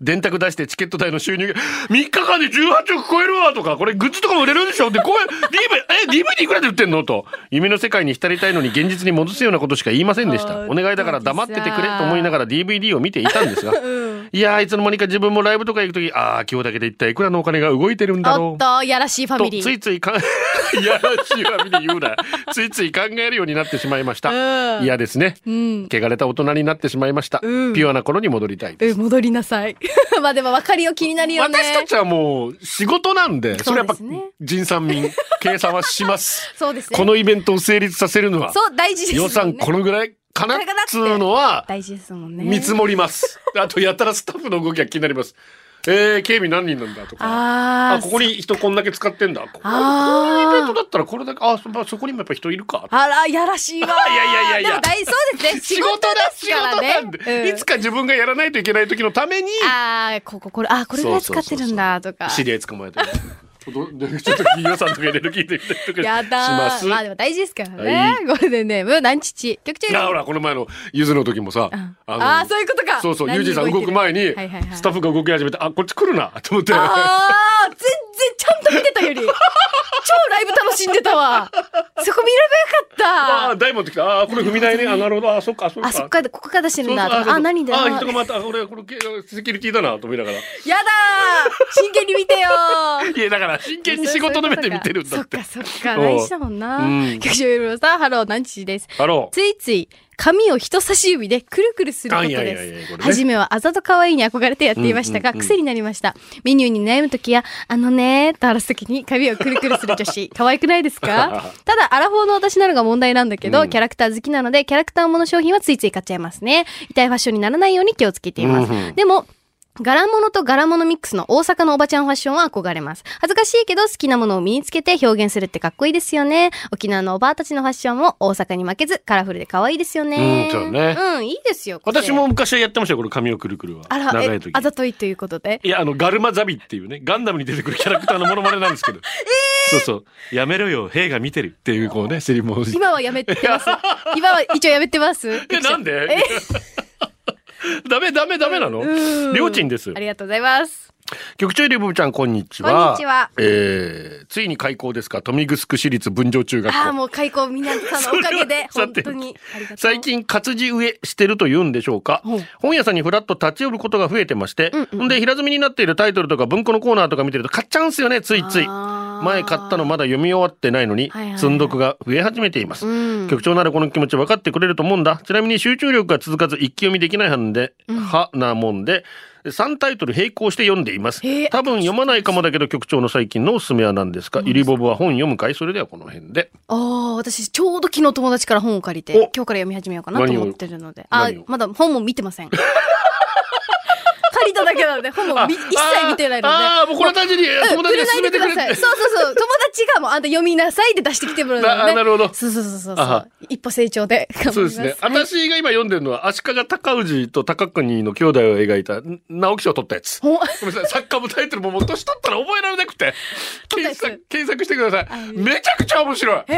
A: 電卓出してチケット代の収入が3日間で18億超えるわとか、これグッズとかも売れるんでしょで、こういう、DV、え、DVD いくらで売ってんのと、夢の世界に浸りたいのに現実に戻すようなことしか言いませんでした。
B: おー
A: お願いだから黙っててくれと思いながら DVD を見ていたん ですが、
B: うん。
A: いやー、いつの間にか自分もライブとか行くとき、あー、今日だけで一体いくらのお金が動いてるんだ
B: お
A: ろ
B: っ
A: う。
B: と、やらしいファ
A: と
B: ミリ
A: つ
B: ー。
A: いついかん いやらしいわ見に言うなついつい考えるようになってしまいました
B: うん
A: 嫌ですね
B: うん。
A: 汚れた大人になってしまいました、
B: うん
A: ピュアな頃に戻りたいです
B: え戻りなさい。 まあでも分かりよ気になるよね。
A: 私たちはもう仕事なんで、それやっぱ
B: そうですね
A: 人産民、計算はします。
B: そうですね。
A: このイベントを成立させるのは、
B: そう、大事ですもん
A: 予
B: ね。
A: 算このぐらいかなっ
B: これかなって
A: つうのは
B: 大事ですもんね。
A: 見積もります。 あとやたらスタッフの動きが気になります。えー、警備何人なんだとか。
B: あ
A: あ
B: あ。
A: ここに人こんだけ使ってんだ。こここ
B: あー
A: のイベントだったらこれだけ、あ、そ,、まあ、そこにもやっぱ人いるか。
B: あら、やらしいわ。
A: いやいやいやいや
B: でも大そうですね。仕事ですからね。
A: 仕事なんで、
B: う
A: い
B: ん
A: つか自分がやらないといけない時のために、
B: ああ、ここ、これ、あーこれぐらい使ってるんだ、とか。
A: 知り合い捕まえてる。 ど どちょっと企業さんとかいろいろ聞いてみたりとか
B: やだー
A: します。
B: まあでも大事ですからね。
A: はい
B: ゴールデンネーム、なんちち。局長
A: あほらこの前のゆずの時もさ、
B: ん
A: の
B: あーそういうことか
A: そうそうゆうじさん
B: 何人動
A: 動
B: いてる
A: く前に
B: いはいはい
A: スタッフが動き始めてあこっち来るなと思って
B: ああ、全然ちゃんと見てたより。超ライブ楽しんでたわ。そこ見ればよ
A: あ
B: か
A: あ
B: っ
A: 大門ってきたあーこれ踏み台ねあなるほどあそっかそっか
B: た。あ、そっからここから出してる
A: そうん
B: だ。
A: そう
B: とか
A: そう
B: あ、何だ。
A: あー
B: やだ
A: 人がまたあこれこれけセキュリティだなと思いながらい
B: ー真剣に見てよ
A: やだ から真剣に仕事の目で見てるんだって
B: そっかそっか、
A: うん
B: 大事だもんな
A: うん。
B: 局長いろいろさん、ハロー、ナンチチです。
A: あろう
B: ついつい髪を人差し指でくるくるすること
A: あいやいやいや
B: で
A: いや
B: す。
A: これね
B: 初めはあざと可愛いに憧れてやっていましたが、癖になりました。メニューに悩むときや、あのねーと話すときに髪をくるくるする女子、可愛くないで すかただ、アラフォーの私なのが問題なんだけど、キャラクター好きなので、キャラクターもの商品はついつい買っちゃいますね。痛いファッションにならないように気をつけています。でも、柄物と柄物ミックスの大阪のおばちゃんファッションは憧れます。恥ずかしいけど好きなものを身につけて表現するってかっこいいですよね。沖縄のおばあたちのファッションも大阪に負けずカラフルで可愛いですよね。
A: うんそうね
B: うん、いいですよ。これ
A: 私も。昔はやってましたよこの髪をくるくるは
B: あら、
A: 長
B: え
A: い時
B: あざといということで。
A: いやあのガルマザビっていうねガンダムに出てくるキャラクターのモノマネなんですけ ど、そうそうやめろよ兵が見てるっていうこうねセリフも
B: 今はやめてます。今は一応やめてます。
A: えなんでダメダメダメなのりょうちんです
B: ありがとうございます。
A: 局長ゆりぼぶちゃんこんにちは
B: こんにちは
A: えーついに開校ですか富城市立文城中学
B: ああ、
A: 校
B: もう開校みんなさんのおかげで、
A: それは
B: 本当にありがとう。
A: 最近活字植えしてると言うんでしょうか
B: ほう
A: 本屋さんにふらっと立ち寄ることが増えてまして、
B: うんうん
A: で平積みになっているタイトルとか文庫のコーナーとか見てると買っちゃうんすよねついつい
B: あー
A: 前買ったのまだ読み終わってないのに
B: はいはいはい
A: 積んどくが増え始めています、
B: うん
A: 局長ならこの気持ち分かってくれると思うんだちなみに集中力が続かず一気読みできない派なんで、派なもんで3タイトル並行して読んでいます
B: へえ
A: 多分読まないかもだけど局長の最近のおすすめは何ですかゆりぼぶは本読むかいそれではこの辺で
B: ああ、私、ちょうど昨日友達から本を借りて、
A: お
B: 今日から読み始めようかなと思ってるので。あ
A: 何を、
B: まだ本も見てま せん。借りただけなので、本もみ一切見てないので。
A: あーあーもうこれは単純に
B: うん、
A: 友達が
B: 触れない
A: 勧めて
B: でく
A: くれ
B: だ
A: て
B: さい。そうそうそう。友達がもうあんた読みなさいって出してきてくれるの
A: な
B: で。
A: なるほど
B: そうそうそうそうそ
A: あは
B: う。一歩成長で頑張ります。
A: そうですね。私が今読んでるのは、足利尊氏と高国の兄弟を描いた、ん直木賞を取ったやつ。ご
B: ほん
A: めんなさい、作家もタイトルももう年取ったら覚えられなくて。
B: 取
A: 検
B: ったやつ
A: 索、検索してください。めちゃくちゃ面白い。
B: へ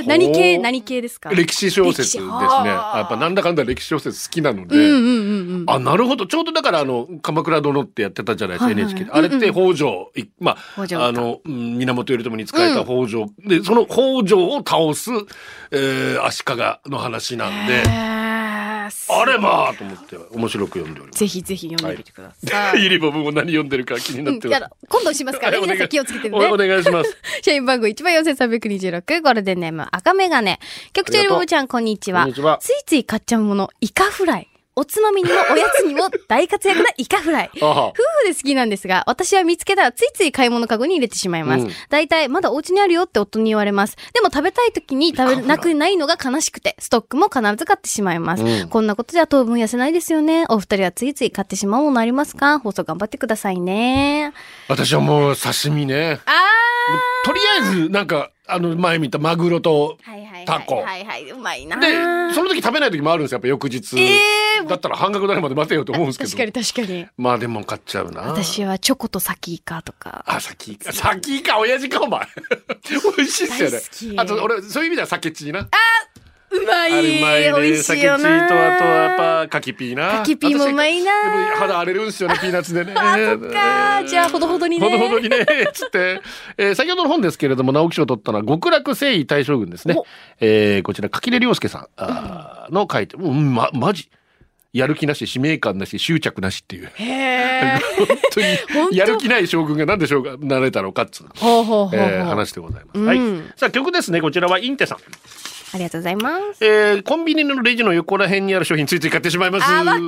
B: え、何系何系ですか
A: 歴史小説ですね。
B: 歴史あー
A: やっぱなんだかんだ歴史小説好きなので。
B: うんうんうんうん。
A: あなるほどちょうどだからあの「鎌倉殿」ってやってたじゃないですか、
B: はいはい
A: NHK であれって北条、いまあ
B: 北条
A: あのうん源頼朝に仕えた北条、でその北条を倒す、えー足利の話なんで
B: へーす
A: あれまあと思って面白く読んでおります
B: ぜひぜひ読んでみてくださ い。
A: ゆりぼぶも何読んでるか気に
B: う
A: なっ
B: ん
A: て
B: い
A: ま
B: や
A: す。
B: 今度しますからね。
A: お願
B: 皆
A: い
B: さん気をつけてね。
A: おお願いします。
B: 社員番号14326ゴールデンネーム赤メガネ。局長リボブちゃん、こんにちは。
A: こんにちは
B: ついつい買っちゃうもの、イカフライ。おつまみにもおやつにも大活躍なイカフライ。
A: あは
B: 夫婦で好きなんですが、私は見つけたらついつい買い物かごに入れてしまいます。
A: うん
B: 大体、まだお家にあるよって夫に言われます。でも食べたい時に食べなくないのが悲しくて、ストックも必ず買ってしまいます。
A: うん
B: こんなことじゃ当分痩せないですよね。お二人はついつい買ってしまうものありますか放送頑張ってくださいね。
A: 私はもう刺身ね。
B: あ
A: とりあえずなんかあの前見たマグロと
B: ーはいはいはい。
A: タコ
B: はいはい。うまいな
A: でその時食べない時もあるんですよ。やっぱ翌日、
B: えー
A: だったら半額になるまで待てよと思うんですけど。
B: 確かに確かに。
A: まあでも買っちゃうな。
B: 私はチョコとサキイカとか。
A: あ、先か。先か、親父か、お前。 美味しいっすよね
B: 大好。き
A: あと、俺、そういう意味では酒チーな。
B: うまい
A: あれうまいね
B: 美味し
A: 酒
B: いよ
A: チー
B: な
A: と、あとはやっぱ、カキピーな。
B: カキピーもうまいな
A: 私でも肌荒れるんですよね、ピーナッツでね。
B: あそっかじゃあほどほどにね
A: ほどほどにね、 つって。えー先ほどの本ですけれども、直木賞を取ったのは、極楽征夷大将軍ですね
B: お。
A: えーこちら、垣根涼介さんあーの書いて、うん、ま、まじ。やる気なし、使命感なし、執着なしっていう。
B: へ
A: 本
B: ー
A: 当
B: 本当
A: に、 やる気ない将軍がなんで将軍になれたのかっつう。
B: ほうほうほうほう、
A: えー話でございます、
B: うん
A: はい。さあ曲ですねこちらはインテさん、
B: ありがとうございます。
A: えーコンビニのレジの横ら辺にある商品ついつい買ってしまいます
B: あ、わかる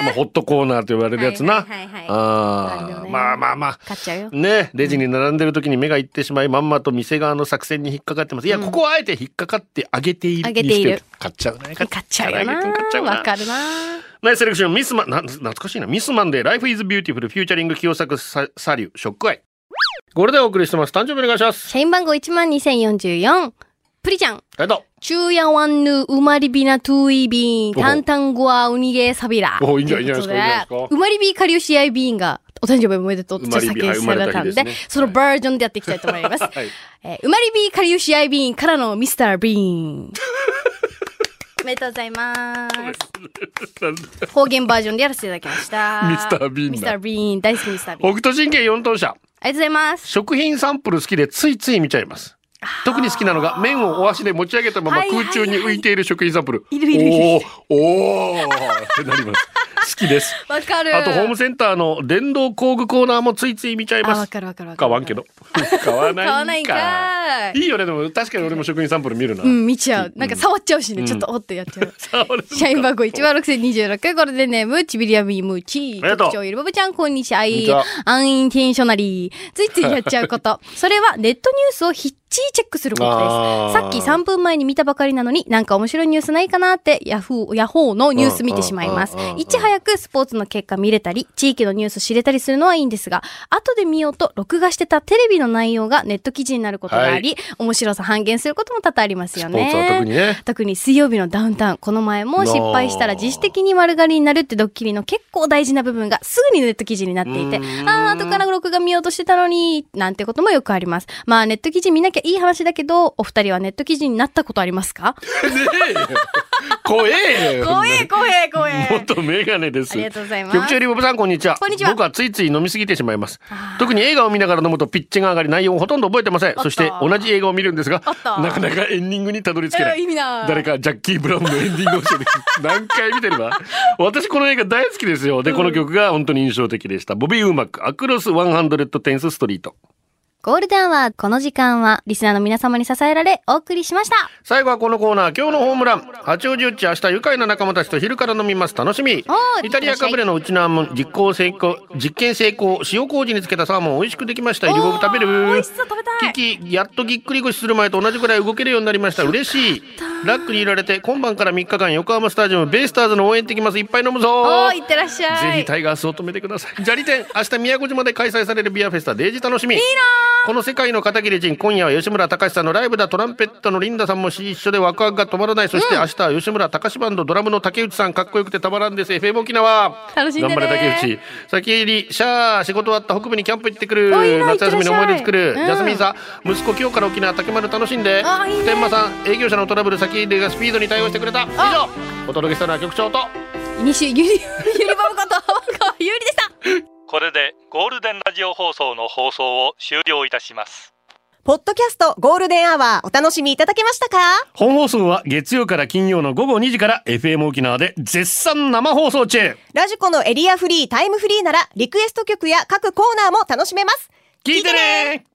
A: まあ、ホットコーナーと言われるやつな、
B: はいはいはいはいある
A: あ
B: よ
A: ー
B: ね
A: まあまあまあ
B: 買っちゃうよ。
A: ねレジに並んでる時に目が行ってしまいまんまと店側の作戦に引っかかってますいや、ここはあえて引っかかってあげている
B: あげている
A: にしてお買っちゃうね買
B: 買っちゃうよな。
A: 買っちゃうな
B: わかるな。
A: ナイスセレクションミスマンな懐かしいなミスマンで「Life is Beautiful」フューチャリング清作ササリューショックアイこれでお送りしてます誕生日お願いします
B: 社員番号12044。プリちゃん。
A: ありがとう
B: 中夜ワンヌウマリビナトゥイビーン、
A: お
B: タンタンゴアウニゲサビラ。
A: おいいんじゃないいいんじゃないですかいいんじゃないですか
B: ウマリビカリオシアイビーンが、お誕生日おめでとうって
A: ウマリビ
B: 先にされた
A: はい生まれた日
B: んで
A: ですね
B: そのバージョンでやっていきたいと思い ます。
A: はい
B: えーウマリビカリオシアイビーンからのミスタービーン。おめでとうございます。方言バージョンでやらせていただきました。
A: ミスタービーンだ
B: ミスタービーン、大好きミスタービーン。
A: 北斗神経4トン車
B: ありがとうございます。
A: 食品サンプル好きでついつい見ちゃいます特に好きなのが麺をお足で持ち上げたまま
B: はいはいはい
A: 空中に浮いている食品サンプル、
B: いるいるいるいる
A: おーおーってなります 好きです
B: わかる。
A: あとホームセンターの電動工具コーナーもついつい見ちゃいま
B: あ、わ
A: す
B: かるわかるわか
A: 買
B: る。
A: わんけ ど買わない
B: 買わないんかい
A: いいよねでも確かに俺も食品サンプル見るな、
B: うん、見ちゃう。なんか触っちゃうしね、ちょっとおってやっちゃう。
A: 俺
B: 社員番号1万6026、ゴールデンネーム、チビリアミムチ、
A: ありがとう
B: 局長、ゆるぼぶちゃん、こんにちは
A: んにちは。
B: アンインテンショナリー。ついついやっちゃうこと。それはネットニュースをひっちりチェックすること
A: あー
B: です。さっき3分前に見たばかりなのに、なんか面白いニュースないかなって、ヤフー、ヤホーのニュース見てしまいま
A: う
B: す
A: んうんうんう。ん
B: いち早くスポーツの結果見れたり、地域のニュース知れたりするのはいいんですが、後で見ようと録画してたテレビの内容がネット記事になることがあり、面白さ半減することも多々ありますよ
A: スポ
B: ね。
A: ーツは特にね
B: 特に水曜日のダウンタウン、この前も失敗したら自主的に丸刈りになるってドッキリの結構大事な部分がすぐにネット記事になっていて、
A: うーん
B: ああ、後から録画見ようとしてたのに、なんてこともよくあります。まあネット記事見なきゃいい話だけど、お二人はネット記事になったことありますか
A: ねえよ怖えよ
B: 怖え怖
A: 元メガネです。
B: ありがとうございます
A: 局長リボブさん、こんにちは。
B: こんにちは
A: 僕はついつい飲みすぎてしまいます。特に映画を見ながら飲むとピッチが上がり、内容をほとんど覚えてません。
B: と
A: そして、同じ映画を見るんですが
B: おっ、と
A: なかなかエンディングにたどり着けな
B: えー
A: い
B: 意味ない。
A: 誰かジャッキー・ブラウンのエンディングを教えて何回見てれば私この映画大好きですよ。で、この曲が本当に印象的でした。ボビー・ウーマック、アクロス・ワンハンドレッド・テンス・ストリート。
D: ゴールデンはこの時間はリスナーの皆様に支えられお送りしました。
A: 最後はこのコーナー、今日のホームラン。八王子うち、明日愉快な仲間たちと昼から飲みます。楽しみ。
D: おー
A: イタリアかぶれのうちのあんもん、実行成功、実験成功、塩麹につけたサーモン美味しくできました。イリボブ食べる。
B: 美味しそう食べたい
A: キキ、やっとぎっくり腰する前と同じくらい動けるようになりました。嬉しい。ラックにいられて、今晩から3日間横浜スタジアムベイスターズの応援行ってきます。いっぱい飲むぞ。
B: おーいってらっしゃい
A: ぜひタイガースを止めてください。砂利店、明日宮古島で開催されるビアフェスタ、デイジ楽しみ。この世界の片桐仁、今夜は吉村隆さんのライブだ、トランペットのリンダさんも一緒でワクワクが止まらない。そして明日は吉村隆バンド、ドラムの竹内さん、かっこよくてたまらんです。FM 沖縄。
B: 楽しんでね
A: 頑張れ、竹内。先入り、シャー、仕事終わった北部にキャンプ行ってくる。
B: おいいな
A: 夏休みの思い出作
B: 行っ
A: る。
B: てら
A: ジャ
B: っしゃいうん
A: スミンさん、息子今日から沖縄、竹丸楽しんで。
B: あいいね
A: 普天間さん、営業者のトラブル、先入りがスピードに対応してくれた。以上、お届けしたのは局長と。
B: 西ゆりゆりばぶこと浜川ゆりでした
E: これでゴールデンラジオ放送の放送を終了いたします。
F: ポッドキャストゴールデンアワーお楽しみいただけましたか
A: 本放送は月曜から金曜の午後2時から FM 沖縄で絶賛生放送中
F: ラジコのエリアフリータイムフリーならリクエスト曲や各コーナーも楽しめます。
A: 聞いてね